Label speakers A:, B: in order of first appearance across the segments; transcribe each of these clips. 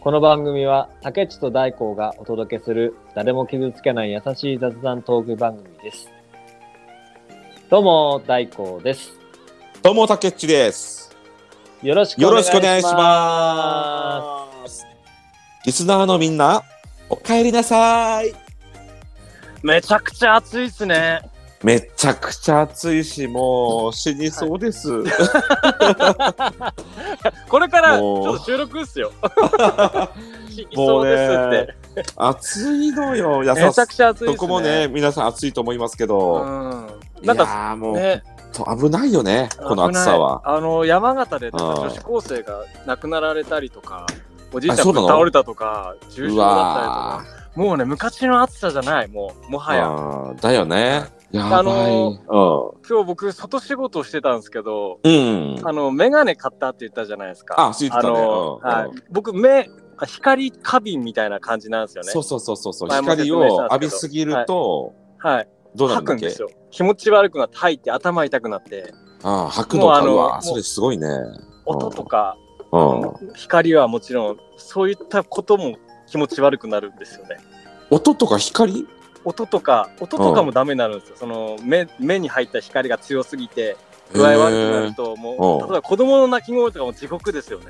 A: この番組は竹内と大光がお届けする誰も傷つけない優しい雑談トーク番組です。どうも大光です。
B: どうも、たけっちです。
A: よろしく
B: よ
A: お願
B: ろ
A: い
B: しくお願い
A: し
B: し
A: ま
B: ます。リスナーのみんな、お帰りなさい。
C: めちゃくちゃ暑いっすね。
B: めちゃくちゃ暑いし、もう死にそうです。
C: これからち
B: もう
C: ょっと収録っす よ。い
B: も
C: そううですって。
B: ね、暑いのよ。いや
C: めちゃくちゃ暑いっすね。
B: そこもね、皆さん暑いと思いますけ
C: う
B: ど、
C: ん。
B: い
C: な
B: や
C: んか
B: ーもう、
C: ね、
B: と危ないよね、この暑さは。
C: 危ない。あの、山形でとか
B: うん
C: 女子高生が亡くなられたりとか、おじいちゃ
B: あそ
C: ん
B: うなの
C: が倒れたとか、重
B: う
C: 傷だ
B: わ
C: ったりとか、もうね、昔の暑さじゃない、もう、も
B: ー
C: はや。
B: あーだよね。やばい。
C: あの
B: うん
C: 今日僕、外仕事をしてたんですけど、
B: うん。
C: あの、メガネ買ったって言ったじゃないですか。
B: あ、ついてたね。うん
C: の、はい、僕、目、あ光過敏みたいな感じなんですよね
B: そ。うそうそうそうそう。
C: 前も説明
B: 光
C: したんですけ
B: を
C: ど
B: 浴びすぎると、
C: はい。
B: どうなる
C: 吐
B: んだ
C: く
B: っ
C: ん
B: け
C: ですよ気持ち悪くなって吐いて頭痛くなって
B: ああ、吐くの
C: もう
B: か
C: あの
B: うわ
C: もう
B: それすごいね。
C: 音とか
B: うん。
C: 光はもちろんそういったことも気持ち悪くなるんですよね
B: 音とか光
C: 音とか音とかもダメになるんですよその目目に入った光が強すぎて具合悪くなるとも
B: う
C: うん例えば子供の泣き声とかも地獄ですよね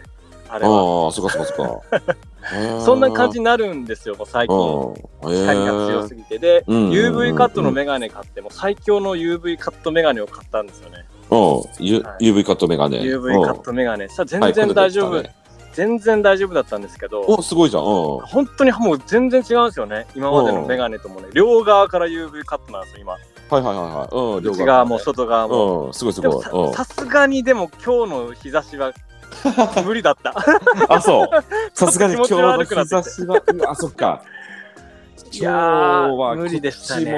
C: あ
B: へ
C: れ
B: ー
C: は
B: ああ、そっかそっかそっ かへー。
C: そんな感じになるんですよもう最近
B: うん。へー
C: 光が強すぎてで
B: うんうんうんうん
C: UV カットのメガネ買ってもう最強の UV カットメガネを買ったんですよね
B: うん。ゆ
C: はい
B: UV カットメガネ。
C: UV カットメガネさ全然大丈夫
B: 夫。
C: 全然大丈夫だったんですけど
B: お、すごいじゃん。うん。
C: 本当にもう全然違うんですよね今までのメガネともね両側から UV カットなんですよ今
B: はいはいはいはい。うん。両
C: 内側も外側も、
B: うん。すごいす
C: でも
B: ごい。
C: さ
B: うん
C: さすがにでも今日の日差しは 無理だった
B: あ、 そう。さすがに今日の
C: 気持ち悪くな
B: 日
C: って
B: 差
C: きて
B: しは、うわあ、そっか。
C: い
B: 今日
C: やー
B: は
C: 無理でしたね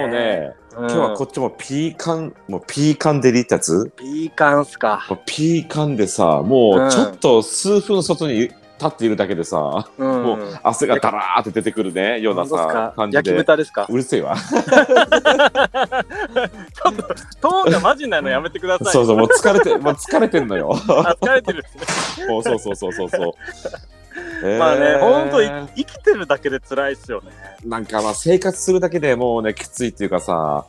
B: こっちもね、今
C: 今
B: 日はこっちもピーカン、もうピーカンデリってやつ
C: いい感すか
B: もうピーカンでさもうちょっと数分外に立っているだけでさ、
C: うん
B: もう汗がダラーって出てくるねような
C: 本当です
B: さ
C: か
B: 感じ
C: 焼き
B: で
C: 豚ですか
B: うるせえわ
C: ちょっとトーンがマジなのやめてください
B: そうそうもう疲れて、まあ、疲れてんのよ
C: あ疲れてるっすね
B: もうそうそうそうそうそう、えー
C: まあね本当生きてるだけで辛いっすよね
B: なんかまあ生活するだけでもうねきついっていうかさ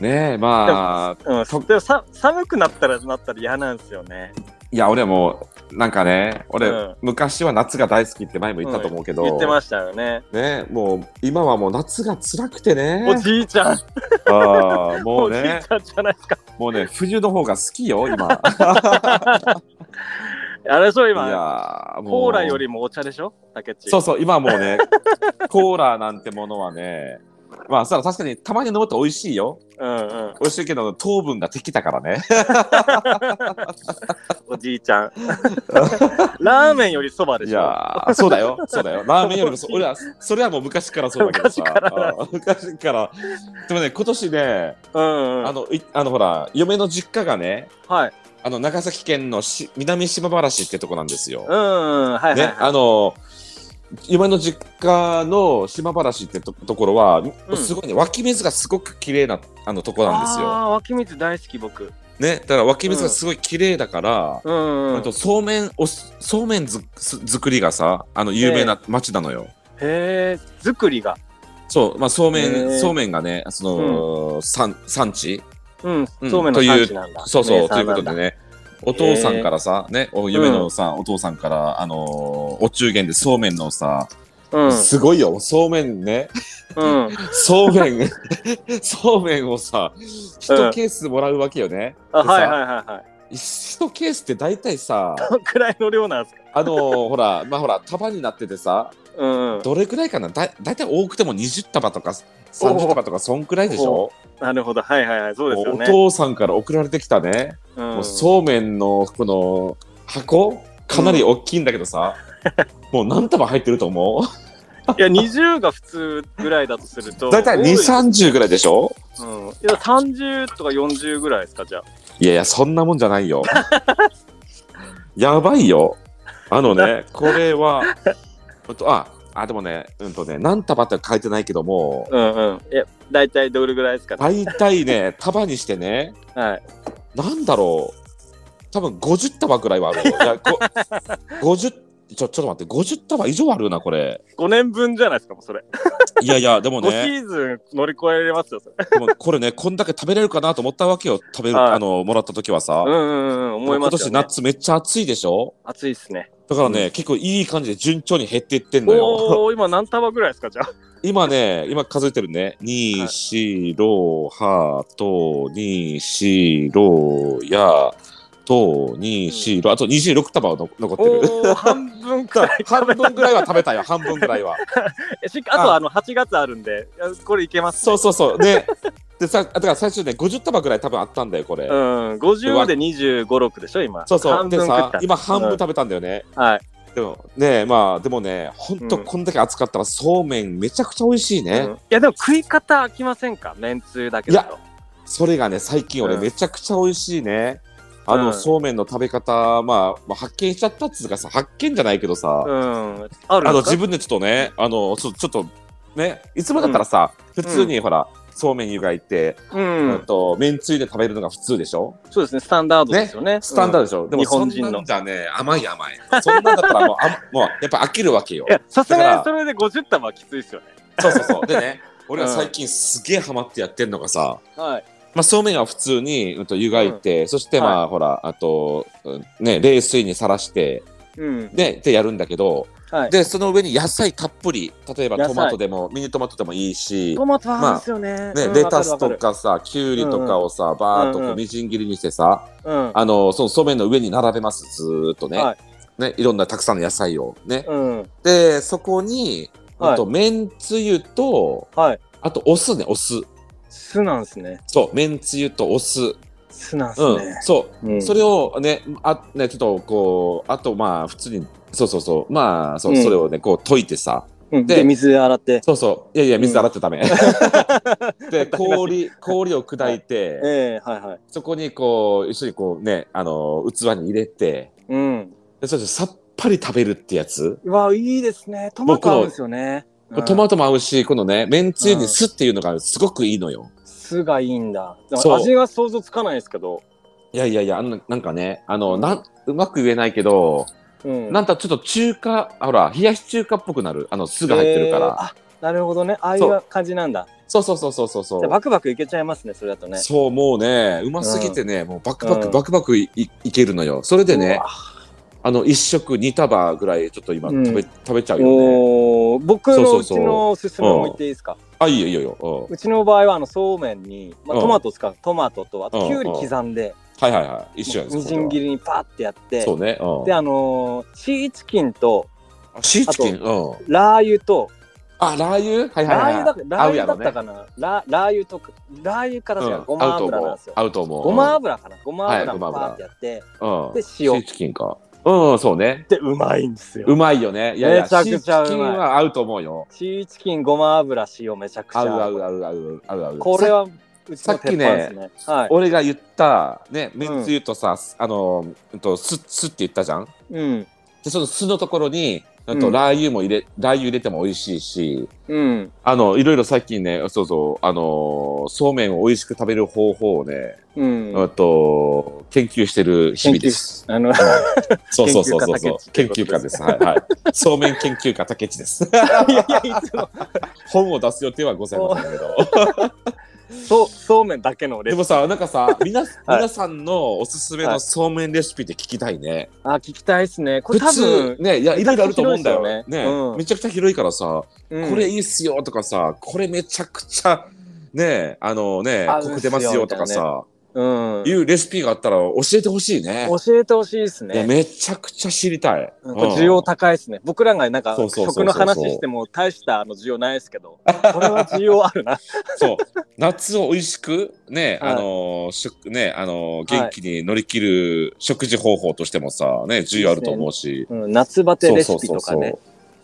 C: うん
B: ねえまあ
C: うん、でもさ寒くなったらなったら嫌なんですよね。
B: いや俺もなんかね俺、
C: うん
B: 昔は夏が大好きって前も言ったと思うけど、
C: 言ってましたよね。
B: ねもう今はもう夏が辛くてね
C: おじいちゃん、
B: あーも
C: お
B: う
C: じい
B: ね
C: ちゃんじゃないですか。
B: もうね、冬の方が好きよ、今。
C: あれでしょ、
B: い
C: 今、
B: やーもう
C: コーラよりもお茶でしょ、竹内。
B: そうそう、今もうね、コーラなんてものはね、まあさ、確かにたまに飲むと美味しいよ。
C: うんうん、
B: 美味しいけど、糖分が敵だからね。
C: おじいちゃん。 ラーメンよりそばで
B: い
C: しょ。
B: やーそうだよ、そうだよ。ラーメンよりもそ、
C: 美味
B: 俺は、それはもう昔からそうだけどさ。
C: 昔から
B: あー 昔から。でもね、今年ね、
C: うん、う
B: あ
C: ん、
B: の、いあのほら、嫁の実家がね、
C: はい。
B: あの、長崎県のし南島原市ってとこなんですよ。
C: うんうん、はいはい、
B: ね、
C: はい
B: あの今の実家の島原市ってとところは、
C: うん
B: すごいね湧き水がすごく綺麗なあのとこなんですよ。
C: あー湧き水大好き、僕。
B: ね、だから湧き水がすごい綺麗だから、
C: うん、う
B: あ
C: ん
B: と。そうめんおすそうめんずす作りがさあの有名な町なのよ。
C: へえ、作りが。
B: そう、まあ、そうめん、
C: へー
B: そうめんがねその、産産地
C: うん、
B: うん
C: そうめんの産地なんだ。
B: そうそう
C: 名
B: とい
C: 産
B: う
C: な
B: こと
C: んだ
B: でねお父さんからさ、ね、お夢のさ、お父さんから、あのーお中元でそうめんのさ、すごいよそうめんね
C: うん、うん。
B: そうめん、そうめんをさ、一ケースもらうわけよね。
C: あ、
B: でさ
C: はいはいはいはい。
B: 一ケースって大体さ、
C: どんくらいの量なんですか。
B: あのーほら、まあほら、束になっててさ、
C: うん、うん。
B: どれくらいかなだ大体多くても20束とか30束とか、そんくらいでしょ
C: なるほど、はいはいはい、そうですよ
B: お
C: ね。
B: 父さんから送られてきたね、
C: うん
B: もうそうめんのこの箱、かなり大きいんだけどさ、もう何束入ってると思う
C: いや、20が普通ぐらいだとすると。
B: 大体2、30くらいでしょ
C: 多いうん。いや、30とか40ぐらいですか、じゃあ。
B: いやいや、そんなもんじゃないよ。 やばいよ。あの ね、これは、ほんとあ、あ、でもね、うんとね、何束って書いてないけども、
C: うんうん。いや、大体どれぐらいですかね。
B: 大体 ね、束にしてね、
C: はい。
B: なんだろう、多分50束くらいはあるよ。いや、こ50、ちょ、ちょっと待って、50束以上あるな、これ。
C: 5年分じゃないですか、もうそれ。
B: いやい や、でも
C: 5シ
B: ね、
C: ーズン乗り越えれますよ、そ
B: で
C: れ。
B: もこれね、こんだけ食べれるかなと思ったわけよ、食べる、
C: はい
B: あの、もらった時はさ。
C: うんうんうん、思いますよ、ね。
B: 今年夏めっちゃ暑いでしょ
C: 暑いですね。
B: だからね、結構いい感じで順調に減っていってんのよ。
C: おお、今何束ぐらいですか、じゃあ。
B: 今ね、今数えてるね。
C: は
B: に、
C: い
B: し、ろ、は、と、に、し、ろ、や、と、に、し、ろ、あと26束はの残って る。
C: おお、半分くらい
B: 半分ぐらいは食べたよ、半分ぐらいは。
C: えしあとはあの8月あるんで、いやこれいけます、
B: そうそうそう。で、でさ、だから最初ね、50束ぐらい多分あったんだよ、これ。
C: うん、50で25、6でしょ、今。
B: そうそう。
C: 半
B: で
C: 分食っ
B: さ
C: た、。
B: 今半分食べたんだよね。
C: はい。
B: でもね、まあ、でもね、ほんとこんだけ暑かったら、そうめんめちゃくちゃ美味しいね。
C: うんいや、でも食い方飽きませんか、めんつゆだけだと。
B: それがね、最近俺
C: うん
B: めちゃくちゃ美味しいね。あ
C: う
B: の、
C: ん
B: そうめんの食べ方、まあ、まあ、発見しちゃったっつうかさ、発見じゃないけどさ、
C: うん、ある
B: あの、
C: ん
B: 自
C: ですか
B: 分でちょっとね、あの、そうちょっと、ね、いつもだったらさ、普通にほら、そうめん湯がいて、
C: う
B: うん
C: ん、
B: と、めんつゆで食べるのが普通でしょ
C: そうですね、スタンダードですよね。
B: スタンダードでしょ、でも
C: 日本人の
B: そんなんじゃね、甘い甘い。そんなんだったらもう、あもうやっぱ飽きるわけよ
C: うんい。や、さすが
B: だ
C: に
B: か
C: それで50玉はきついですよね。
B: そうそうそう。でね、俺は最近すげえハマってやってんのがさ、
C: はい。
B: まあ、そうめんは普通に、うん、と湯がいて、そしてまあ、ほらあと、うんね冷水にさらして
C: うん。
B: ででやるんだけど、
C: はい
B: でその上に野菜たっぷり例えば
C: 野菜
B: トマトでもミニトマトでもいいし
C: ト、マトはあるんですよね。
B: ね
C: うん
B: レタス。
C: わ
B: と
C: る
B: かさきゅうりとかをさ、バーっと
C: うん
B: こ
C: う
B: うんみじん切りにしてさ、
C: わか
B: あのそのそうめんの上に並べますずーっとね,、
C: はい
B: い、ねいろんなたくさんの野菜をね
C: る。、うん。うん。
B: でそこに、
C: はい
B: うんとめんつゆと
C: はい。
B: あとお酢ねお酢
C: 酢なんですね。
B: そうめんつゆとお酢
C: 酢なんです
B: うん
C: ね、。
B: そう、
C: うん
B: それをね、あ、ね、ちょっとこう、あとまあ、普通に。そうそうそう、まあ、そう、
C: うん
B: それをね、こう溶いてさ。
C: うん
B: で
C: で、水で洗って。
B: そうそう、いやいや、水洗ってダメ。 で、氷、氷を砕いて、
C: ええはいはい。
B: そこにこう、一緒にこうね、あの、器に入れて。
C: うん。
B: で、それでさっぱり食べるってやつ。
C: うわ、いいですね。トマト合うんですよね。うん
B: トマトも合うし、このね、めんつゆに酢っていうのがすごくいいのよ。
C: 酢がいいんだ。だか
B: そう
C: ら味が想像つかないですけど。
B: いやいやいや、あの、なんかね、あの、
C: うん
B: なん、うまく言えないけど、
C: うん
B: なんかちょっと中華、ほら、冷やし中華っぽくなる、あの酢が入ってるから
C: えー。あ、なるほどね。ああい
B: そう
C: う感じなんだ。
B: そうそうそうそうそうそ
C: じゃあ
B: う。
C: バクバクいけちゃいますね、それだとね。
B: そうもうねうますぎてね、もうバクバク
C: うん
B: バクバクい,、いけるのよそれでねあの一食二束ぐらいちょっと今
C: うん
B: 食べ,、食べちゃうよね
C: おお、僕
B: そ
C: の
B: う
C: う
B: そう
C: ち
B: そう
C: のおすすめも言っていいですか。
B: あいいよいいよいいよ、うん
C: うちの場合はあのそうめんに、ま
B: う
C: あ、
B: ん
C: トマト使うトマトとあ
B: うん
C: ときゅうり刻んで
B: はいはいはい一緒やん
C: みじん切
B: り
C: りにパーってやって
B: そうね、うん、
C: であのーシーチキンと
B: あシーチキンうん
C: ラー油と
B: あラー油はいはい
C: ラ
B: はい
C: ー油だラー油だった
B: か
C: かなララー油とかラー油から違うごま油なんですよ
B: 合うと思う
C: ごま油かなごま
B: は
C: 油
B: い
C: に
B: ご
C: パ
B: ま油
C: ーってやって
B: 油、うん、
C: で塩
B: シーチキンかうんそうね
C: でうまいんです
B: う
C: よ
B: まいよねいやいや
C: めちゃくちゃうまい
B: シーチキンは合うと思うよ
C: シーチキンごま油塩めちゃくちゃ
B: 合う合う合う合う合う合う
C: これはうちの鉄板ですねはい
B: 俺が言った、ね、めんつゆとさ、あの、うんと、す、すって言ったじゃん。
C: うん
B: で、その酢のところに、うんと、
C: うん
B: ラー油も入れ、ラー油入れても美味しいし。
C: うん
B: あの、いろいろ最近ね、そうそう、あのー、そうめんを美味しく食べる方法をね、
C: うん
B: うんと、研究してる日々です。
C: あの
B: そうそうそうそう
C: 研
B: そう
C: 究家、
B: 研
C: 竹
B: 究
C: 内
B: 家です。はい、はい。そうめん研究家竹内です。
C: いやいや、いつも。
B: 本を出す予定はございませんけど。
C: そう、そうめんだけのレ
B: で
C: シピ。
B: もさ、なんかさ、みな、
C: はい
B: 皆さんのおすすめ
C: は
B: の
C: い
B: そうめんレシピって聞きたいね。
C: あ、聞きたいですね。こ
B: 普
C: れ多
B: 通
C: 分、
B: ねいやいろいろあると思うんだよね
C: めちゃくち
B: めちゃくち
C: ゃ広いですよねうん
B: ゃ広いからさ、
C: うん
B: これいいっすよとかさこれめちゃくちゃねあのね
C: 合うっす
B: コ
C: よ
B: ク出ますよとかさ、
C: うん。
B: いうレシピがあったら教えてほしいね
C: 教えてほしいです
B: いや
C: ね。
B: めちゃくちゃ知りたい、
C: うんこれ需要高いですね。僕らがなんか
B: そうそうそうそう
C: 食の話しても大したあの需要ないですけど、これは需要あ るな。
B: そう夏を美味しくね、
C: はい
B: あの食ねあの元気に乗り切る食事方法としてもさね需要あると思うし
C: うん、夏バテ
B: そう
C: レ
B: そ
C: シ
B: う
C: ピ
B: そう
C: とか
B: そう、い
C: ね。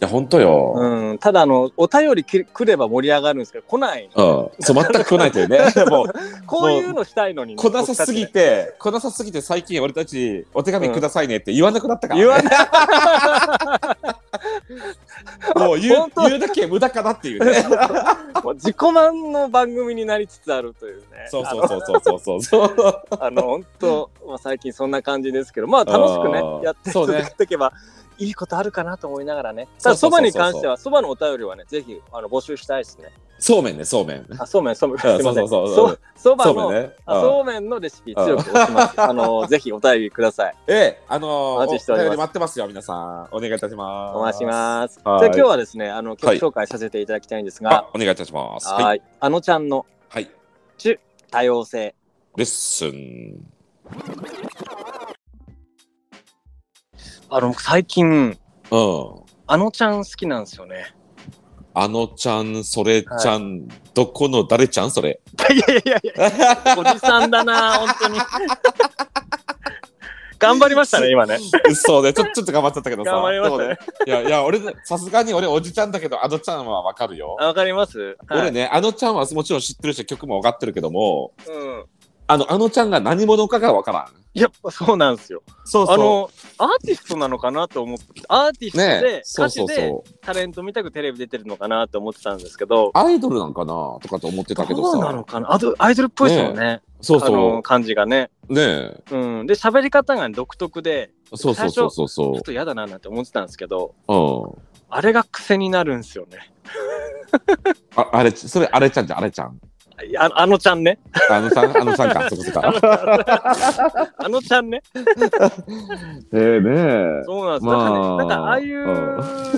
B: や本当よ、
C: うん、ただあのお便りき来れば盛り上がるんですけど来ない
B: うん、そう全く来ないという ねもう
C: こういうのしたいのに
B: 来なさすぎて、来なさすぎて最近俺たちお手紙くださいねって言わなくなったから、ね
C: 言わない
B: もう言う
C: 本当
B: 言うだけ無駄かなっていう ね。
C: もう自己満の番組になりつつあるというね
B: そうそうそうそうそうそう。
C: あの本当、まあ、最近そんな感じですけどまあ楽しく
B: あー
C: ねやって
B: そう
C: 続
B: ね
C: けていけばいいことあるかなと思いながらね。た
B: そうそそう
C: だ、そうば
B: そう
C: に関しては、そばのお便りはね、ぜひあの募集したいですね。
B: そうめんね、そうめん。
C: あ、そうめん、そうめん、
B: あ
C: すいませ ん。
B: そうそうそう
C: そば
B: そう
C: の、
B: めんね。
C: あ
B: うん
C: そうめんのレシピ強く押します。あ の、ぜひお便りください。
B: ええ、あのー、
C: お待ちしております
B: 便り待ってますよ、皆さん。お願いいたします。
C: お待ちします。じゃ
B: は
C: あ
B: い
C: 今日はですね、あの曲
B: はい
C: 紹介させていただきたいんですが
B: あ、、お願いいたします。
C: はい、
B: はい。
C: あのちゃんの
B: はい。
C: 多様性。
B: レッスン。
C: あの、最近、
B: うん。
C: あのちゃん好きなんですよね。
B: あのちゃん、それちゃん、どこの誰ちゃんそれ。
C: いやいやいやいや、おじさんだな、本当に。頑張りましたね、今ね。
B: そうね、ちょちょっと頑張っちゃったけどさ。
C: 頑張りましたね
B: でもね。いや、いや、俺、さすがに俺、おじちゃんだけど、あのちゃんはわかるよ。
C: あわかります、はい、
B: 俺ね、あのちゃんはもちろん知ってるし、曲もわかってるけども、
C: うん。
B: あの、あのちゃんが何者かがわからん。
C: やっぱそうなんですよ。
B: そうそう。
C: あの、アーティストなのかなと思って、アーティストで、
B: ねそうそう
C: 歌手で
B: そう。
C: タレント見たくテレビ出てるのかなと思ってたんですけど、
B: アイドルなんかなとかと思ってたけど
C: どうな
B: さ
C: の。かなあとアイドルっぽいですもんね。
B: そう
C: あの
B: そ
C: 感じがね。
B: う。ねえ。
C: うん、で、喋り方が独特で、
B: そうそうそうそう
C: ちょ
B: そ
C: っと嫌だななんて思ってたんですけど、
B: う。うん。
C: あれが癖になるんですよね。
B: あ、あれ、それ、あれちゃんじゃん、あれちゃん。
C: ああのちゃんね。
B: あのちゃ ん、あのちゃんか、そこそこ。
C: あのちゃんね。
B: ええね
C: そうなん
B: まあ
C: です。だからね、なんかああいう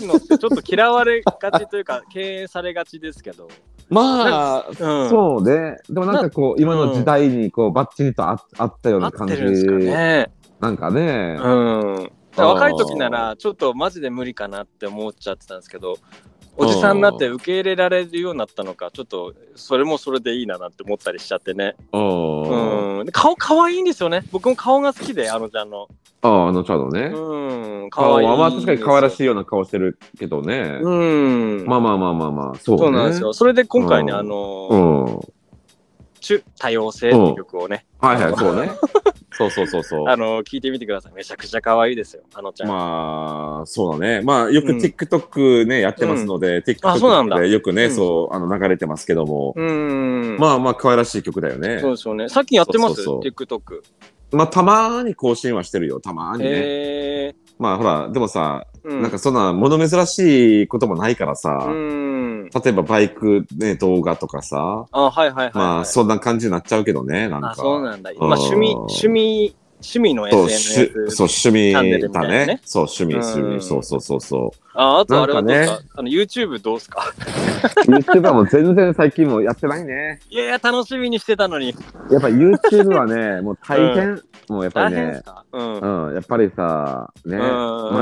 C: のってちょっと嫌われがちというか、敬遠されがちですけど。
B: まあ、
C: うん。
D: そうね。でもなんかこう、今の時代にこう、バッチリとああったよう
C: 合
D: な
C: っ
D: 感
C: て
D: じ。
C: るんですかね。
D: なんかね。
C: うん。だから若い時なら、ちょっとマジで無理かなって思っちゃってたんですけど、おじさんになって受け入れられるようになったのか、ちょっとそれもそれでいいななんて思ったりしちゃってね。
D: うん。
C: うん。で顔可愛いんですよね。僕も顔が好きで、あのちゃんの。
D: ああ、あのちゃんのね。
C: うん。可
D: 顔
C: 愛い
D: はまあ確かに可愛らし
C: い。
D: いような顔してるけどね。
C: うん。
D: まあまあまあまあまあ、そうね。
C: そうなんですよ。それで今回ね、
D: うん
C: あ
D: う
C: の、
D: ん。は
C: 中多様性っていう曲をね、
D: いはい、そうね。
B: そうそうそうそう。
C: あの、聞いてみてください。めちゃくちゃ可愛いですよ、あのちゃん。
B: まあ、そうだね。まあ、よく
C: うん
B: TikTok ね、やってますので、
C: あそうなんだ
B: TikTok でよくね、
C: うん
B: そう、あの、流れてますけども。
C: うん。
B: まあまあ、可愛らしい曲だよね
C: そう。ですよね。さっきやってます
B: そうそうそう
C: ?TikTok。
B: まあ、たまに更新はしてるよ、たまにね。
C: へえ。
B: まあ、ほら、でもさ、
C: な
B: なんかそんな、物珍しいこともないからさ、
C: うん。
B: 例えばバイクね、動画とかさ、
C: あ、はいはいはい、はい。
B: まあ、そんな感じになっちゃうけどね、なんか。
C: あ、そうなんだ。まあ、趣
B: う
C: 味、
B: ん
C: 趣味、趣味の
B: そう、しゅ
C: SNS。
B: そう趣
C: チャンネル
B: 味
C: みた
B: だ
C: いなね
B: ね。そう、趣味、
C: うん
B: 趣味、そうそうそうそ
C: あ、あとあれはどうです
D: な
C: か
D: ん
C: あの、YouTube どうですか
D: YouTuber も全然最近もやってないね。
C: いやいや、楽しみにしてたのに。
D: やっぱ YouTube は ね、もう大変。もうやっぱ
C: 大
D: り
C: 変です
D: ね。
C: かうん。う。
D: うんん、やっぱりさ、ね。毎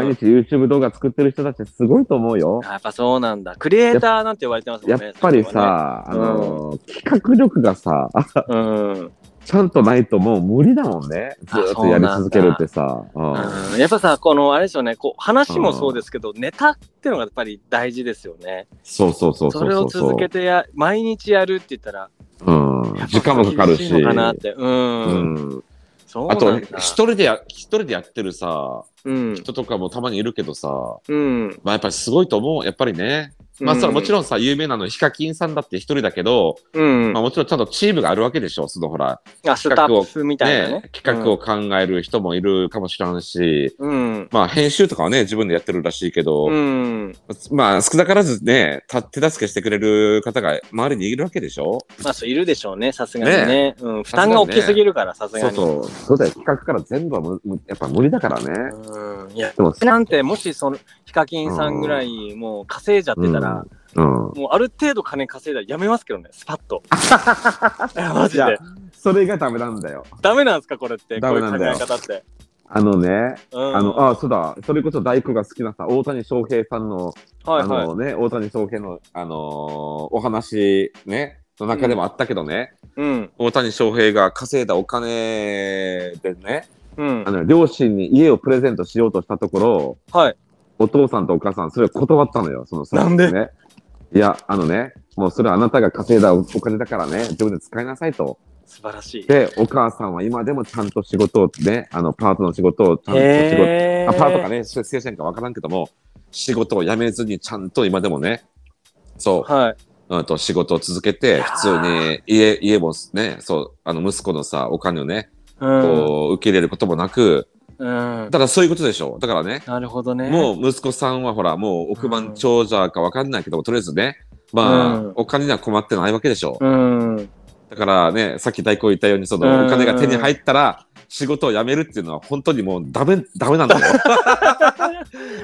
C: 毎
D: 日 YouTube 動画作ってる人たちすごいと思うよ。
C: やっぱそうなんだ。クリエイターなんて言われてますも
D: や
C: ん
D: っ
C: ね。
D: ぱりさ、あ
C: そうだね
D: のー企画力がさ、あ
C: そこはね、うん。
D: ちゃんとないともう無理だもんね。ずーっとやり続けるってさ。うん
C: うんやっぱさ、このあれですよね、こう話もそうですけど、ネタっていうのがやっぱり大事ですよね。
B: う。そうそうそう
C: そ
B: そう
C: れ
B: そ
C: を
B: う。
C: 続けてや、毎日やるって言ったら、
D: うん。時間もかかるし。
C: 厳いのかなって。うん。
D: うん。
C: そうな
B: あ
C: んだ。
B: と、一人でや、一人でやってるさ、
C: うん。
B: 人とかもたまにいるけどさ、
C: うん。
B: まあやっぱりすごいと思う、やっぱりね。まあそれはもちろんさ、有名なの、ヒカキンさんだって一人だけど、
C: うん。
B: まあもちろんちゃんとチームがあるわけでしょ、そのほら、
C: あ、スタッフみたいなね
B: ね。、企画を考える人もいるかもしれんし、
C: うん。
B: まあ編集とかはね、自分でやってるらしいけど、
C: うん。
B: まあ少なからずね、た手助けしてくれる方が周りにいるわけでしょ
C: まあ、そういるでしょうね、さすがにね。
B: ね
C: うん。負担が大きすぎるから、さす
D: そ
C: が
D: う
C: に。
D: そう。そうだよ。企画から全部はむむやっぱ無理だからね。
C: うん。いや、
D: でも、
C: なんて、もし、その、ヒカキンさんぐらい、もう稼いじゃってたら、
D: うん。
C: もうある程度金稼いだらやめますけどね、スパッと。いやマジ
D: いや
C: で。
D: それがダメなんだよ。
C: ダメなんですか、これって。こ
D: ダ
C: うい
D: メな
C: う考
D: んだ
C: え
D: よ
C: 方って。
D: あのね、
C: うん。
D: あの、あ、そうだ。それこそ大工が好きなさ、大谷翔平さんの、
C: はい
D: あ
C: はい。
D: のね、大谷翔平の、あのーお話、ね、の中でもあったけどね、
C: うん。
B: 大谷翔平が稼いだお金でね、
C: うん
D: あ。の、両親に家をプレゼントしようとしたところ、
C: はい。
D: お父さんとお母さん、それを断ったのよ、そのさ
C: なんで
D: ね、いや、あのね、もうそれはあなたが稼いだお金だからね、自分で使いなさいと。
C: 素晴らしい。
D: で、お母さんは今でもちゃんと仕事をね、あの、パートの仕事をちゃんと仕事、
C: へ
D: あパートか
C: ね。
D: ね、正正社員かわからんけども、仕事を辞めずにちゃんと今でもね、そ
C: はい。
B: うん、と仕事を続けて、
C: やー
B: 普通に家、家もね、そう、あの息子のさ、お金をね、
C: うん。
B: こう、受け入れることもなく、
C: うん。
E: だからそういうことでしょ。だからね、
C: なるほどね。
E: もう息子さんはほら、もう億万長者かわかんないけども、とりあえずね、まあ、
C: うん
E: お金には困ってないわけでしょ。
C: うん。
E: だからね、さっき大工言ったように、そ
C: うん
E: のお金が手に入ったら、仕事を辞めるっていうのは本当にもうダメ、ダメなんだよ。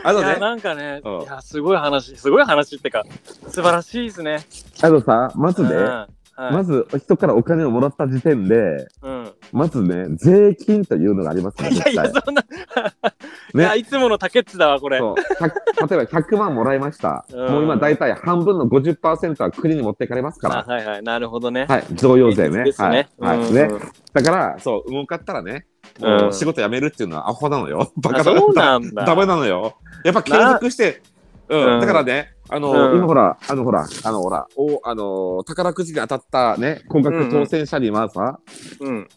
E: あ
C: い
E: の
C: や
E: ね、
C: なんかね、
E: うん
C: いや、すごい話、すごい話ってか、素晴らしいですね。
B: あとさ、まずね、
C: うんはい
B: まず人からお金をもらった時点で、
C: うん。
B: まずね、税金というのがありますから、
C: いやい
B: 絶
C: や、
B: 対。
C: そんな。い
B: ね
C: や、 いつもの竹内だわ、これ。
B: そう100例えば100万もらいました。
C: うん
B: もう今大体半分の50%は国に持っていかれますか
C: あ
B: ら。
C: はいはい、なるほどね。
B: はい、贈与税ね。
C: ですね。
B: はい、はい
C: うん
B: ね。
C: うん
B: だから、
E: そう、儲かったらね、
C: うん
E: もう仕事辞めるっていうのはアホなのよ。バカ
C: あ
E: だ
C: そうなんだ。
E: ダメなのよ。やっぱ継続して、
C: う
E: うんん、だからね、あの、
C: うん
B: 今ほら、あのほら、あのほら、おあのー宝くじに当たったね、高額挑戦者にはさ、
C: うん。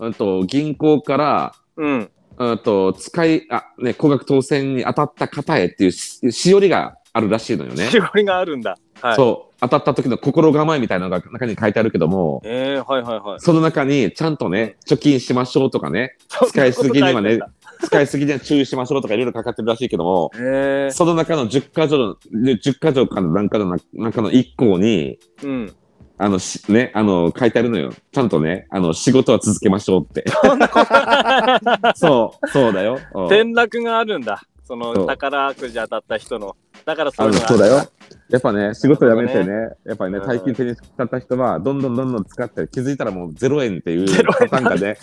B: うんと銀行から、
C: うん。
B: うんと使い、あ、ね、高額当選に当たった方へっていうししおりがあるらしいのよね。
C: しおりがあるんだ。はい。
B: そう、当たった時の心構えみたいなのが中に書いてあるけども、
C: ええはいはいはい。
B: その中にちゃんとね、貯金しましょうとかね、
C: 使
B: 使いすぎにはね、使いすぎには注意しましょうとかいろいろかかってるらしいけども、
C: ええ
B: その中の10か条の、10か条かのなんかの中の1項に、
C: うん。
B: あの、しね、あの、書いてあるのよ。ちゃんとね、あの、仕事は続けましょうって。 そう、そうだよ。うん
C: 転落があるんだ。そ
B: そ
C: の
B: う
C: 宝くじ当たった人の。だからそ
B: あ
C: うい
B: の、
C: うのが
B: そうだよ。やっぱね、仕事辞めて
C: な
B: ね、やっぱりね、
C: うん
B: 大金手に使った人は、どんどんどんどん使って、気づいたらもう0円っていうパターンがね、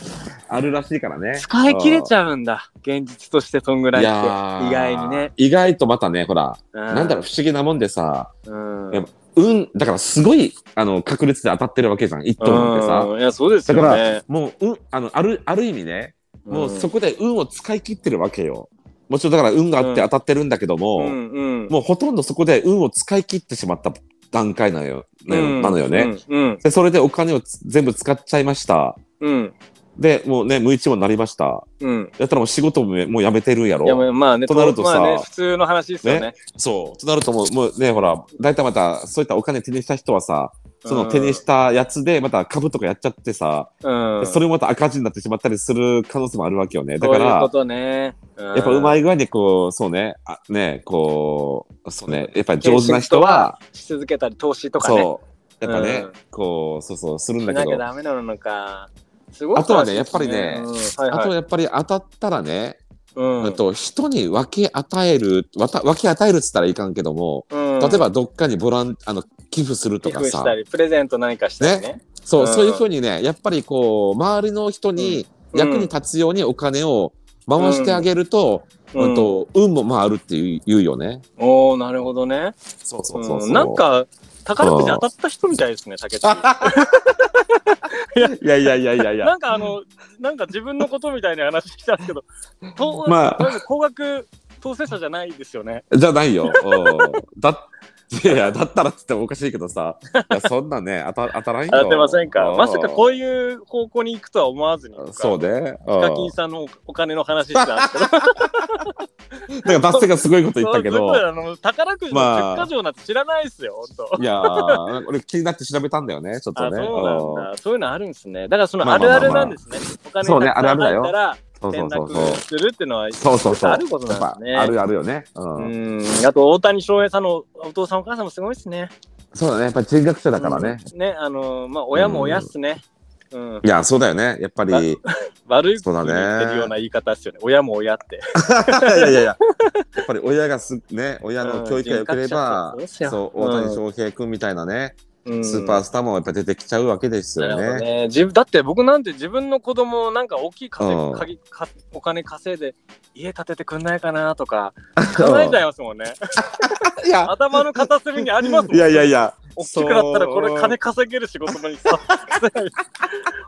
B: あるらしいからね。
C: 使い切れちゃうんだ。現実としてそんぐらいって。
B: ー
C: 意外にね。。
B: 意外とまたね、ほら、なんだろう、不思議なもんでさ、
C: うん。
B: やっぱ運、だからすごい、あの、確率で当たってるわけじゃん、一等なんてさ。
C: うんいや、そうです
B: だか
C: よ
B: ら
C: ね。、
B: もう、うん、あの、ある、ある意味ね、もうそこで運を使い切ってるわけよ。もちろんだから運があって当たってるんだけども、
C: うんうん
B: もうほとんどそこで運を使い切ってしまった段階なのよ,、ね
C: うん
B: なのよね、。
C: うん。
B: で。それでお金をつ全部使っちゃいました。
C: うん。
B: で、もうね、無一文になりました。
C: うん。
B: やったらもう仕事もめもうやめてるんや
C: いや、ま
B: ろ。
C: あまあね、
B: となるとさ
C: まあね普通の話ですよね。
B: そう。となるともうもうね、ほら、大体またそういったお金手にした人はさ、その手にしたやつでまた株とかやっちゃってさ、
C: うん。
B: それもまた赤字になってしまったりする可能性もあるわけよね。だ
C: そう
B: か
C: いう
B: ら、
C: ことね。や
B: やっぱうま
C: い
B: い具合にこう、そうね、あね、こう、そうね、やっぱり上手な人は、
C: し続けたり投資とかね。
B: そう、やっぱね、
C: うん
B: こう、そうそう、するん
C: し
B: だけ
C: なき
B: ど
C: ゃ、ダメなのか。すごい
B: あとはね
C: 話です
B: やっぱりねあ
C: うん
B: と
C: はいはい
B: やっぱり当たったらね、
C: うん
B: うん、と人に分け与える、わた分け与えるっつったらいかんけども、
C: うん
B: 例えばどっかにボラン、あの、寄付すると
C: 寄
B: か
C: 付し
B: さ
C: た、りプレゼント何かしたりね。
B: そう、
C: うん
B: そういうふうにね、やっぱりこう、周りの人に
C: うん
B: 役に立つようにお金を回してあげると、うん
C: うん
B: と運も回るっていう言うよね。
C: おおなるほどね。
B: そうそうそうそう、
C: うんなん、か宝くじ当たった人みたいですね竹内。
B: いやいやいやいやいや。
C: なんかあのなんか自分のことみたいな話したんですけ ど、と
B: まあ、
C: 高額当選者じゃないですよね。
B: じゃないよ。うんだいやいや、だったらって言ってもおかしいけどさ、いやそんなね、当た当たらんよ。
C: 当たってませんか。
B: う
C: まさかこういう方向に行くとは思わずに。
B: そう
C: う。
B: ね。
C: ヒカ
B: う
C: キ
B: ん
C: ンさんのおお金の話してたんですけど。
B: なんか脱線がすごいこと言ったけ
C: そうずっ
B: ど、
C: とあの宝くじの
B: まあ
C: 10箇条なんて知らないですよ、ほんと
B: いやー、俺気になって調べたんだよね、ちょっと
C: あ
B: ね。
C: そうなんだ。そういうのあるんですね。だからその
B: ま
C: あ
B: あまあ
C: る
B: ま
C: あ
B: あまあ
C: るなんですね。お金
B: そうね
C: がたくさん入ったら
B: うんそ
C: 転
B: うそう
C: 落
B: そう
C: するっていうのは
B: そう。そうそうそう。
C: あること
B: やっ
C: な
B: ぱ
C: んですね。
B: あるあるよね。う。
C: うんん。あと大谷翔平さんのお父さんお母さんもすごいですね。
B: そうだね、やっぱ人格者だからね。
C: うん。ね、あのまあ親も親っすね。うん。
B: いや、そうだよね。やっぱり、い
C: あ
B: やい
C: 悪いこと
B: そうだ
C: 言
B: ね
C: ってるような言い方ですよね。親も親って。
B: やいや、やっぱり親がす、ね、親の教育が良ければ
C: うん人格者ってそうで、すよ
B: そう、
C: うん
B: 大谷翔平君みたいなね、
C: うん
B: スーパースターもやっぱ出てきちゃうわけです
C: な
B: よ
C: るほど
B: ね。
C: ね自分だって僕なんて自分の子供なんか大きい稼
B: うん
C: ぐかぎかお金稼いで家建ててくんないかなとか考えちゃいますもんね
B: いや、
C: 頭の片隅にありますもん
B: いやいやいや、
C: 大きくなったらこれ金稼げる仕事にさ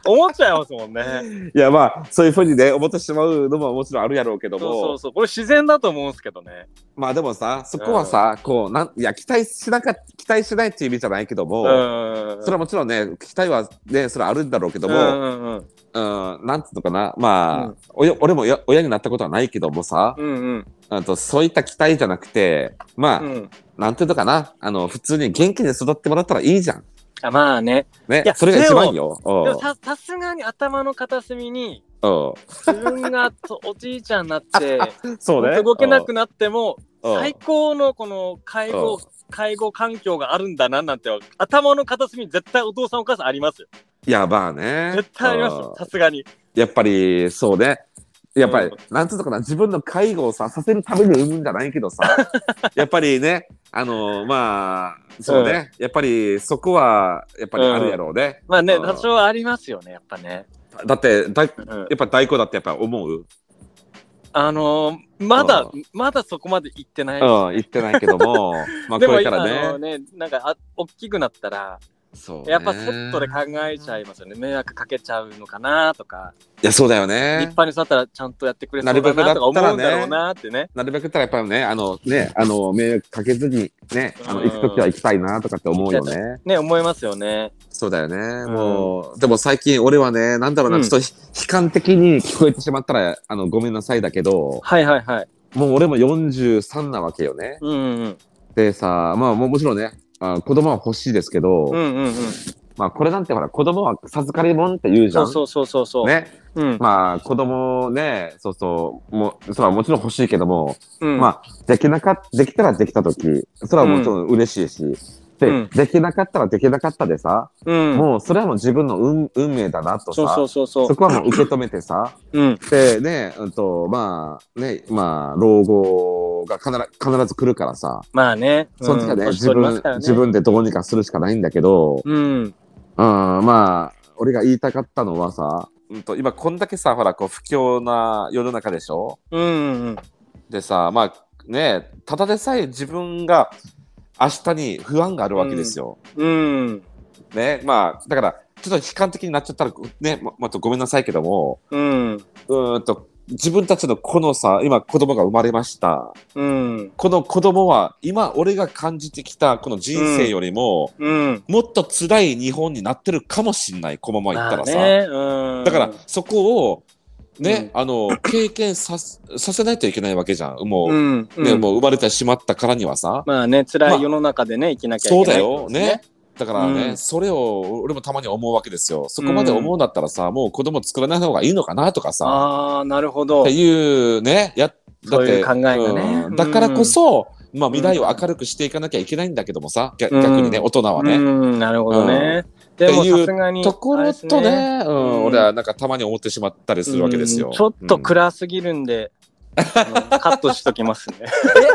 C: 思っちゃいますもんね
B: いや、まあ、そういうふうにね、思ってしまうのももちろんあるやろうけど
C: そう
B: も、
C: そうそうこれ自然だと思うんですけどね
B: まあでもさ、そこはさ、こう、なん、いや、期待しなか、期待しないっていう意味じゃないけど
C: う
B: も、
C: ん
B: それはもちろんね、期待はね、それはあるんだろうけど
C: う
B: も、
C: んうん
B: うん、なんつうのかな、まあ、
C: うん
B: およ俺もや親になったことはないけどもさ、
C: うんうん
B: あとそういった期待じゃなくて、まあ、
C: うん
B: なんていうのかな、あの、普通に元気に育ってもらったらいいじゃん。
C: あまあね
B: ね
C: いや、
B: それが一番いいよ。
C: で
B: う
C: もささすがに頭の片隅に
B: う
C: 自分がとおじいちゃんになって、
B: ん。 そうね。
C: 動けなくなっても、
B: うん
C: 最高のこの介護、介護環境があるんだななんて、頭の片隅に絶対お父さんお母さんありますよ。
B: いや、まあね。
C: 絶対ありますよ、さすがに。
B: うんやっぱり、そうね。やっぱり、
C: うん
B: なんつうのかな、自分の介護をさ、させるために産むんじゃないけど さ、やっぱりね、あのまあ、そうね、やっぱりそこは、やっぱりあるやろうね。
C: まあね、
B: うん
C: 多少ありますよね、やっぱね。
B: だって、だい
C: うん
B: やっぱ大工だってやっぱ思う、
C: あのーまだ
B: う、
C: まだそこまで行ってな
B: うん、
C: い
B: 言ってないけど も、まあ
C: で
B: こ
C: も
B: れ
C: 今
B: から
C: あの
B: ね。
C: ね、なんかあ大きくなったら、
B: そうね
C: やっぱセットで考えちゃいますよね。迷惑かけちゃうのかなとか、
B: いや、そうだよ
C: 立
B: ね。
C: 派に育ったらちゃんとやってくれそうだ
B: なるべく
C: な
B: だ
C: とか
B: ったらね
C: 思うんだろうなってね。
B: なるべく言ったらやっぱりね、あのね、あの、迷惑かけずにね、あの、
C: うん
B: 行くときは行きたいなとかって思うよね。
C: ね、思いますよね。
B: そうだよね。
C: ん
B: もう、でも最近俺はね、なんだろうな、
C: うん
B: ちょっとひ悲観的に聞こえてしまったら、あの、ごめんなさいだけど、
C: はいはいはい。
B: もう俺も43なわけよね。
C: うんうん
B: でさ、まあもうもちろんね、あ子供は欲しいですけど、
C: うん。うんうんうん。
B: まあこれなんてほら、子供は授かりもんって言うじゃ
C: そ
B: ん。
C: うそうそうそうそう。
B: ね。
C: うん。
B: まあ子供ね、そうそう、もう、それはもちろん欲しいけども、
C: うん
B: まあ、できなかっできたらできたとき、それはもちろん嬉しいし、で、
C: うん
B: できなかったらできなかったでさ、
C: うん。
B: もうそれはもう自分の運運命だなとさ、
C: そうそうそうそ
B: そこはもう受け止めて さ、
C: う。うん。
B: でね、うんと、まあ、ね、まあ、老後が必ず必ず来るからさ、
C: まあね。
B: その時はね、
C: うん
B: 自分、自。分でどうにかするしかないんだけど、
C: 年取ります
B: うん、まあ、俺が言いたかったのはさ、うんと、今こんだけさ、ほら、こう、不況な世の中でしょ
C: からねうん。うんうん。
B: でさ、まあ、ね、ただでさえ自分が明日に不安があるわけですよ。
C: うん。
B: ね、まあ、だから、ちょっと悲観的になっちゃったら、ね、ま、またごめんなさいけども、
C: うん。
B: うーんと自分たちのこのさ今子供が生まれました
C: うん。
B: この子供は今俺が感じてきたこの人生よりも、
C: うん。
B: もっと辛い日本になってるかもしんないこのままいったらさ、
C: まあねうん。
B: だからそこをね、
C: う
B: あの経験させさせないといけないわけじゃんもう,、
C: うん、うん。
B: ね、もう生まれてしまったからにはさ、
C: まあね、辛い世の中でね、生きなきゃいけ
B: そ
C: な
B: うだ
C: い
B: よね
C: ね
B: だからね、
C: うん
B: それを俺もたまに思うわけですよそこまで思うんだったらさ、もう子供作らない方がいいのかなとかさ、
C: ああ、なるほど
B: って。いうね、やだ
C: そう
B: っ
C: い
B: て
C: う考えがね
B: うんだからこそ、まあ未来を明るくしていかなきゃいけないんだけどもさ、逆
C: うん
B: 逆にね、大人は
C: う
B: ね。
C: ん、なるほどね。で
B: っ
C: も
B: ていう
C: さすがに、
B: ところと
C: あれ
B: ね、う
C: うん
B: ん、俺はなんかたまに思ってしまったり
C: ですね、
B: るわけです
C: う
B: よ
C: ん。ちょっと 暗すぎるんで、あのカットしときます ね。
B: うん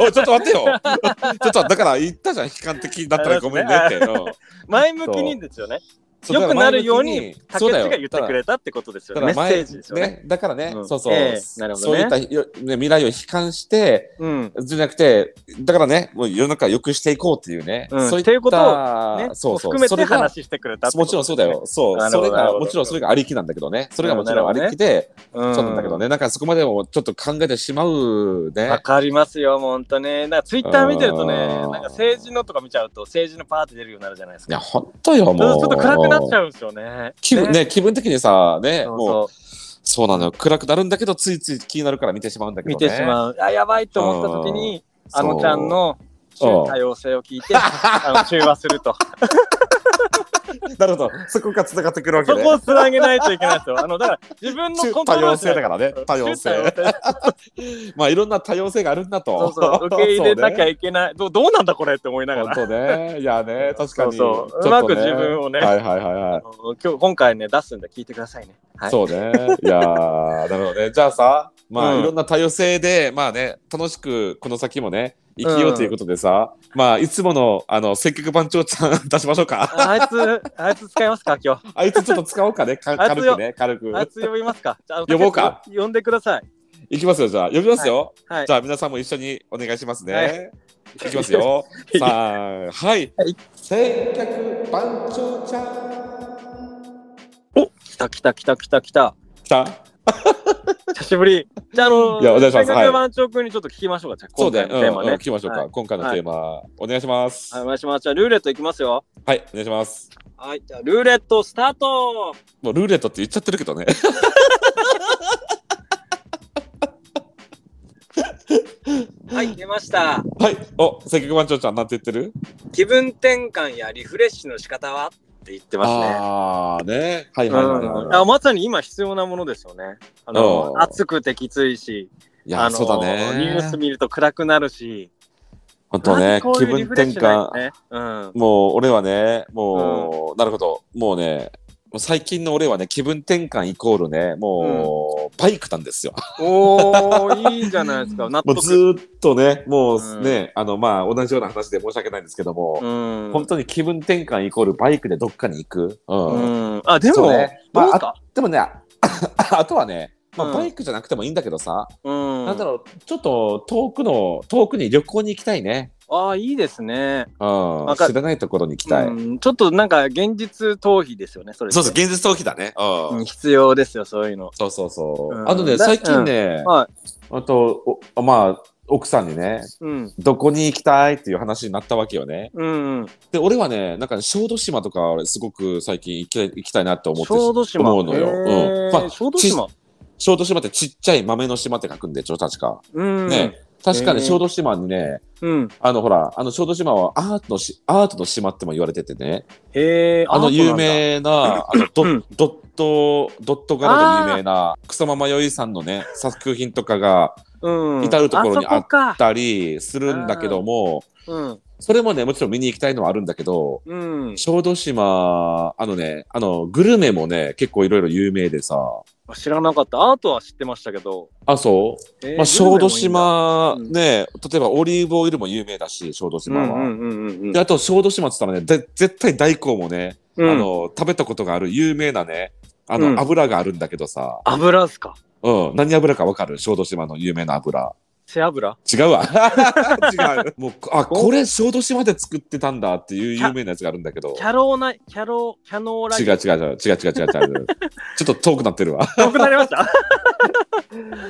B: おいちょっと待ってよ。 ちょっと、だから言ったじゃん、悲観的だったらごめんねって。うん
C: 前向きにですよね。
B: そう
C: 良くなるよう
B: 前
C: に
B: 向、き
C: 竹内が言って
B: そうだ
C: く
B: よ
C: れたってことです
B: だか
C: よね。メ
B: ら
C: ッセージですよね。
B: ね、だからね、
C: うん
B: そうそう、
C: ええなるほど
B: そう
C: ね
B: いったよ、ね、未来を悲観して、
C: うん。
B: じゃなくて、だからね、もう世の中を良くしていこうっていうね、
C: うん
B: そうい
C: っていうこと
B: を
C: ね、
B: そうそう
C: 含め
B: そ
C: て
B: れが
C: 話してくれたってこ
B: もち
C: と
B: ろ
C: で
B: ん
C: す
B: そ
C: ね
B: うだよ。そう。
C: なる
B: そ
C: ほど
B: れ
C: なる
B: が、
C: ほど
B: もちろんそれがありきなんだけどね。それが
C: うん
B: もちろんありきで、
C: う
B: そうなんだけどね。なんかそこまでもちょっと考えてしまう
C: わ
B: ね。
C: かりますよ、もう本当ね。なんかツイッター見てるとね、
B: うん
C: なんか政治のとか見ちゃうと、政治のパーって出るようになるじゃないです
B: い
C: か。
B: や、ほんとよ、
C: ちょ
B: も
C: っ
B: う。
C: と暗くなっちゃうんですよね。
B: 気分、ね、気分的にさ、ね、
C: そう
B: もう、
C: そう
B: そうなのよ。暗くなるんだけど、ついつい気になるから見てしまうんだけどね。
C: 見てしまう。あ、やばいと思った時に、あのちゃんの
B: そう
C: 中多様性を聞い て、あの中和すると。
B: そう。なるほど。そこが繋がってくるわけ
C: そ
B: ね。
C: こをつなげないといけないですよ。あの、だから自分の
B: 中
C: コント
B: 多
C: ロ
B: 様
C: ール
B: 性だ
C: か
B: からね。多様性。まあ、いろんな多様性があるんだ
C: そ
B: と。
C: うそう。受け入れなきゃ
B: い
C: いけない。どうどうなんだこれって思いなが
B: 本
C: ら。
B: 当ね。いやね、確かに。
C: そうそう
B: ちょっとね
C: うまく自分をね
B: はいはいはいはい
C: あ。の今日今回ね出すんで聞いてくださいね。はい。
B: そうね。いやー、なるほどね。じゃあさ、まあ、
C: うん
B: いろんな多様性で、まあね、楽しくこの先もね、生きようということでさ、まあ、いつもの、あの、接客番長ちゃん出しましょう か。
C: ああいつあいつ使いますか今日。
B: あいつちょっと使おうかね。か
C: あい
B: 軽
C: つよ
B: くね、軽く
C: あ。いつ呼びますか。じゃあ
B: 呼ぼうか。
C: 呼んでください。
B: いきますよ、じゃあ。呼びますよ。
C: はい
B: じ。ゃあ、皆さんも一緒にお願いしますね。、
C: はい
B: きますよ。さあ、はい。
C: はい
B: 接客番長ちゃん。
C: 来た来た来た来た来た。
B: 来た
C: 久しぶり。じゃああの
B: いやお願いします
C: 大
B: はい
C: 学番長君にちょっと聞きましょうか。じゃあ
B: そう
C: 今
B: だ
C: 回
B: よ。う
C: のテーマ
B: んうん
C: ね
B: 聞。きましょうか。
C: はい
B: 今回のテーマ、お願いします、
C: はい、お
B: はい。
C: 願いします。じゃあルーレットいきますよ。
B: お願いします。
C: はい。じゃあルーレットスタート。
B: もうルーレットって言っちゃってるけどね。
C: はい出ました。
B: はい。お、接客番長ちゃん、なんて言ってる
C: 気分転換やリフレッシュの仕方は。って言ってますね。
B: ああ、ね。は
C: う
B: いはいはいはい
C: ん、あまさに今必要なものですよね。あの
B: うん
C: 暑くてきついし、
B: い
C: あ
B: や、
C: の
B: そうだ
C: ニュース
B: ね。
C: 見ると暗くなるし、
B: 本当ね、
C: まずこう
B: 気
C: いう
B: 分
C: リフレ
B: 転
C: ッシュない
B: 換
C: と。ねうん、
B: もう俺はね、もう、なるほど、もうね、もう最近の俺はね、気分転換イコールね、もう、バイクなんですよ。
C: おー、いいじゃないですか、納
B: もうずー
C: 得。
B: っとね、も
C: う
B: うんね、あの、まあ、同じような話で申し訳ないんですけども、
C: うん
B: 本当に気分転換イコールバイクでどっかに行く。うん
C: うん、あで
B: そう
C: も、
B: ねまあ
C: どうすか、
B: でもね、ああとはね、ま
C: う
B: あ、
C: ん
B: バイクじゃなくてもいいんだけどさ、
C: うん、
B: なんだろう、ちょっと遠くの、遠くに旅行に行きたいね。
C: ああ、いいですね、
B: うん
C: わ、かる
B: 知らないところに行きたい。
C: うん。ちょっとなんか現実逃避ですよね、それって
B: そうそう、現実逃避だね。うん
C: うん必要ですよ、そういうの。
B: そうそうそう。
C: うん
B: あとね、
C: だ
B: 最近ね、
C: うんはい
B: あと、おまあ、奥さんにね、
C: うん、
B: どこに行きたいっていう話になったわけよね。
C: うん、うん
B: で、俺はね、なんかね小豆島とか、俺すごく最近行き行きたいなって思って
C: 小豆島。
B: 思うのよ
C: へー
B: うんまあ
C: 小豆島。
B: 小豆島ってちっちゃい豆の島って書くんで、ちょ、確か。
C: うん。
B: ね、確か
C: へ
B: に
C: ー
B: 小豆島にね、
C: うん。
B: あの、ほら、あの、小豆島はアートのし、アートの島っても言われててね、
C: へえ。
B: あの
C: アートな
B: 有名
C: んだ。
B: な、あのド
C: うん
B: ドット、ドット柄で有名な、草間弥生さんのね、作品とかが
C: うん。
B: 至る所に
C: あそこ
B: あっ
C: か。
B: たりするんだけども、
C: うん。
B: それもね、もちろん見に行きたいのはあるんだけど、
C: うん。
B: 小豆島、あのね、あの、グルメもね、結構いろいろ有名でさ、
C: 知らなかった。アートは知ってましたけど。
B: あ、そう、
C: えー
B: まあ、小豆。
C: グ
B: 島、
C: ルメもいいんだ
B: ね、例えばオリーブオイルも有名だし、小豆
C: グル
B: 島
C: メ
B: は。
C: もいいんだうんうんうんうん
B: で、あと小豆島って言ったらね、ぜ絶対大根もね、
C: うん。
B: あ
C: あの、
B: の、食べたことがある有名なね、あの、
C: うん
B: 油があるんだけどさ、
C: 油っすか
B: うん、何油かわかる小豆島の有名な油。
C: 背脂
B: 違うわ。 違う。 もう、あ、これ小豆島で作ってたんだっていう有名なやつがあるんだけど
C: キ。ャローナ、キャロー、キャノーラ
B: 違う違う違う違う違う違う 違う。ちょっと遠くなってるわ。
C: 遠くな りました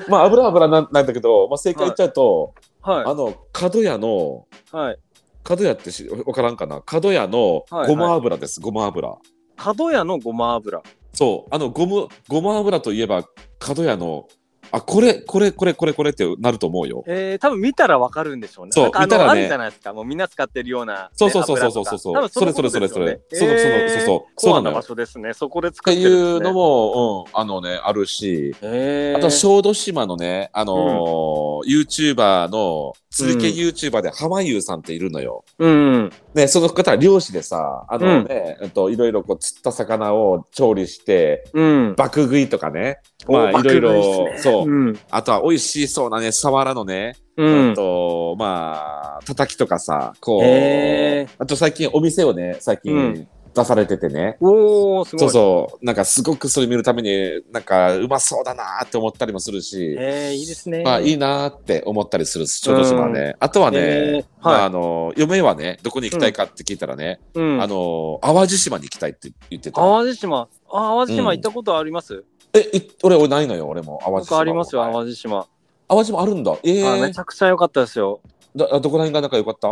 B: まあ、油油なんなんだけど、まあ、正解言っちゃうと、
C: は
B: あの、角屋の、
C: い。はい。
B: 角屋ってしわからんかな角屋の
C: はいはい
B: ごま油です、ごま油。
C: 角屋のごま油。
B: そう、あのゴム、ごま油といえば、角屋の、あ、これ、これ、これ、これ、これってなると思うよ。
C: えー、多分見たらわかるんでしょうね。
B: そう
C: なんかあの
B: 見たらね
C: あるじゃないですか。もうみんな使ってるような、ね。
B: そうそうそうそう
C: 油とか
B: そうそう
C: 多分
B: それそれ
C: ういうことです
B: そ
C: よ
B: れそれ
C: ね
B: それそれ
C: えー
B: そうそうそう
C: コ
B: な
C: ア
B: の
C: な
B: よ
C: 場所ですね。そこで
B: っ
C: 作
B: て
C: って
B: い
C: るんです、ね。
B: うのも、うん、あのね、あるし、
C: えー、
B: あと、小豆島のね、あのー、YouTuber の、釣り系 YouTuber で、浜優さんっているのよ。
C: うん。
B: ね、その方は漁師でさ、あのね、えっと、いろいろこう釣った魚を調理して、
C: うん。
B: 爆食いとかね、
C: お
B: まあ、いろい
C: 爆食い
B: ろ
C: っ、すね
B: そうう、
C: ん。
B: あとは美味しそうなね、サワラのね、
C: う
B: あ
C: ん。
B: と、まあ、叩きとかさ、こ
C: へ
B: う、あと最近お店をね、最
C: う
B: 近出されててね、
C: おー、すご
B: そ
C: い。
B: うそう、なんかすごくそれ見るために、なんかうまそうだなーって思ったりもするし、
C: えー、いいですね。
B: まあい
C: い
B: いなーって思ったりする、小豆島はね。あとはね、
C: えー
B: ま
C: はい
B: あ、あの、嫁はね、どこに行きたいかって聞いたらね、
C: うん。
B: あの、淡路島に行きたいって言ってた。
C: 淡路島。あ淡路島
B: うん
C: 行ったことあります、
B: え、い俺、俺ないのよ、俺も。淡路
C: 僕
B: 島。
C: ありますよ、
B: はい
C: 淡路島。
B: 淡路島あるんだ。え
C: あめ
B: ー
C: ち、ゃくちゃ良かったですよ。
B: だどこら辺が仲良かった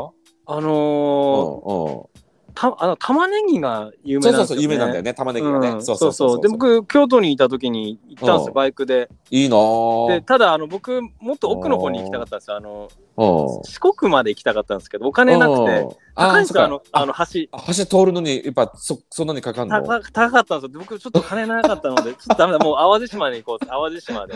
C: あ
B: うん
C: のー
B: うん。
C: たあの玉ねぎが有
B: そ
C: 名
B: う
C: なん
B: そう
C: です
B: そ
C: よ、ね。
B: う、有名なんだよね、玉ねぎが
C: う
B: ね。
C: ん
B: そうそうそう。
C: で、僕、京都にいた時に行ったんです
B: う
C: よ、
B: ん
C: バイクで。
B: いいな
C: で、
B: ぁ。
C: ただ、あの、僕、もっと奥の方に行きたかったんですよ。あの、
B: お
C: 四国まで行きたかったんですけど、お金なくて。高いんですよ、あの、あの、橋。
B: あ、橋通るのに、やっぱ、そ、そんなにかかん
C: た
B: の
C: た高かったんですよ。僕、ちょっと金なかったの で、ちょっとダメだ。もう、淡路島に行こう。淡路島で。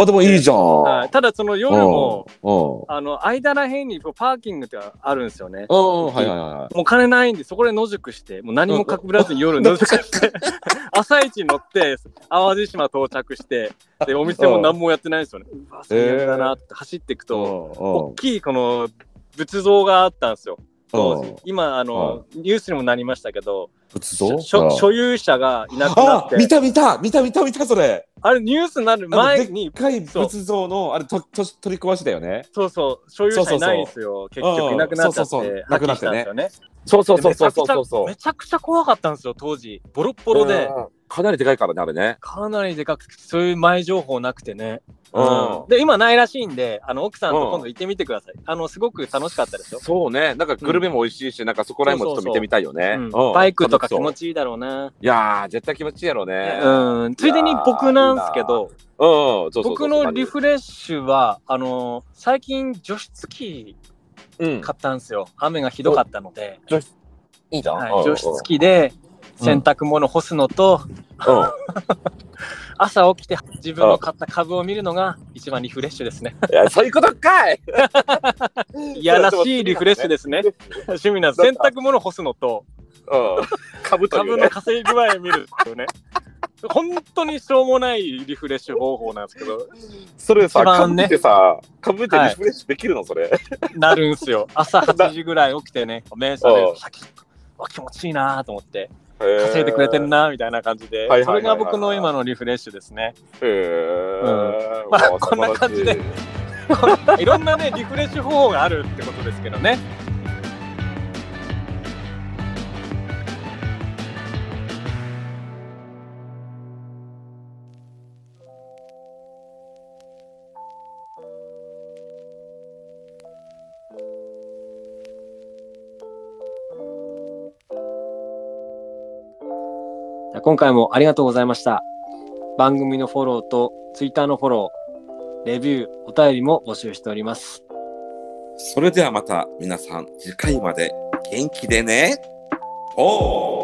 B: あ、でもいいじゃん。
C: はい、ただ、その
B: うん
C: 夜も、
B: うん。
C: あの、間らへんにこうパーキングってあるんですよね。
B: うんうん、はいはいはい。
C: もう金ないんで、そこで野宿して、もう何もかぶらずに夜野宿して、 朝一に乗って、淡路島到着して、で、お店も何もやってないんですよね。うわ、最悪だなって走っていくと、大きいこの仏像があったんですよ。当時
B: うん
C: 今、あの、ニュースにもなりましたけど、
B: 仏像
C: 所所
B: うん
C: 所有者がいなくなっ
B: あ、
C: て、
B: 見た見た見た見た見た、それ。
C: あれニュースになる
B: あの
C: 前
B: でっ
C: に、
B: かい
C: そう
B: 仏像の、あれ、と、と、取り壊しだよね。
C: そうそう、所有者いないんですよ。結
B: う
C: 局
B: ん
C: いなくなっちゃって、
B: そうそうそう
C: 破棄したんですよね。そうそう
B: そうそうそうそう
C: めちゃくちゃ怖かったんですよ、当時。ボロッボロで。
B: うん。かなりでかいからね、あれね。
C: かなりでかくて、そういう前情報なくてね。
B: うん
C: で、今ないらしいんで、あの、奥さん
B: うん
C: と今度行ってみてください。あの、すごく楽しかったですよ。
B: そうね。なんかグルメも美味しいし、なんかそこら辺もちょっと見てみたいよね。
C: うん
B: うん
C: バイクとか気持
B: そう
C: ちいいだろうな。
B: いやー、絶対気持ちいいやろうね。
C: うん。ついでに僕なんですけど、
B: うん、そうそうそう
C: 僕のリフレッシュは、あの、最近除湿機
B: うん、
C: 買ったんですよ。雨がひどかったので。
B: いいじゃん。
C: はい
B: うん
C: 除湿機で、洗濯物干すのと、
B: うん
C: 朝起きて自分の買った株を見るのが一番リフレッシュ ですね。
B: いやそういうことかい
C: いやらしいリフレッシュですね。趣味なんです洗濯物干すのと、
B: うん株とい
C: 株
B: う
C: の
B: ね
C: 稼ぎ具合を見るっていうね。本当にしょうもないリフレッシュ方法なんですけど、
B: それさ
C: 一番
B: 株
C: ね
B: ってさ株って
C: はい
B: リフレッシュできるのそれ
C: なるんすよ。朝8時ぐらい起きて ね、目覚めるシャキッと。わ気持ちいいなと思って、
B: 稼
C: 稼いでくれてんなみたいな感じ
B: は
C: で
B: いはいはいは、い
C: それが僕の今のリフレッシュですね。
B: へえ
C: まあこんな感じでいろんなね、リフレッシュ方法があるってことですけどね。じゃあ今回もありがとうございました。番組のフォローとツイッターのフォロー、レビュー、お便りも募集しております。
D: それではまた皆さん次回まで元気でね。おー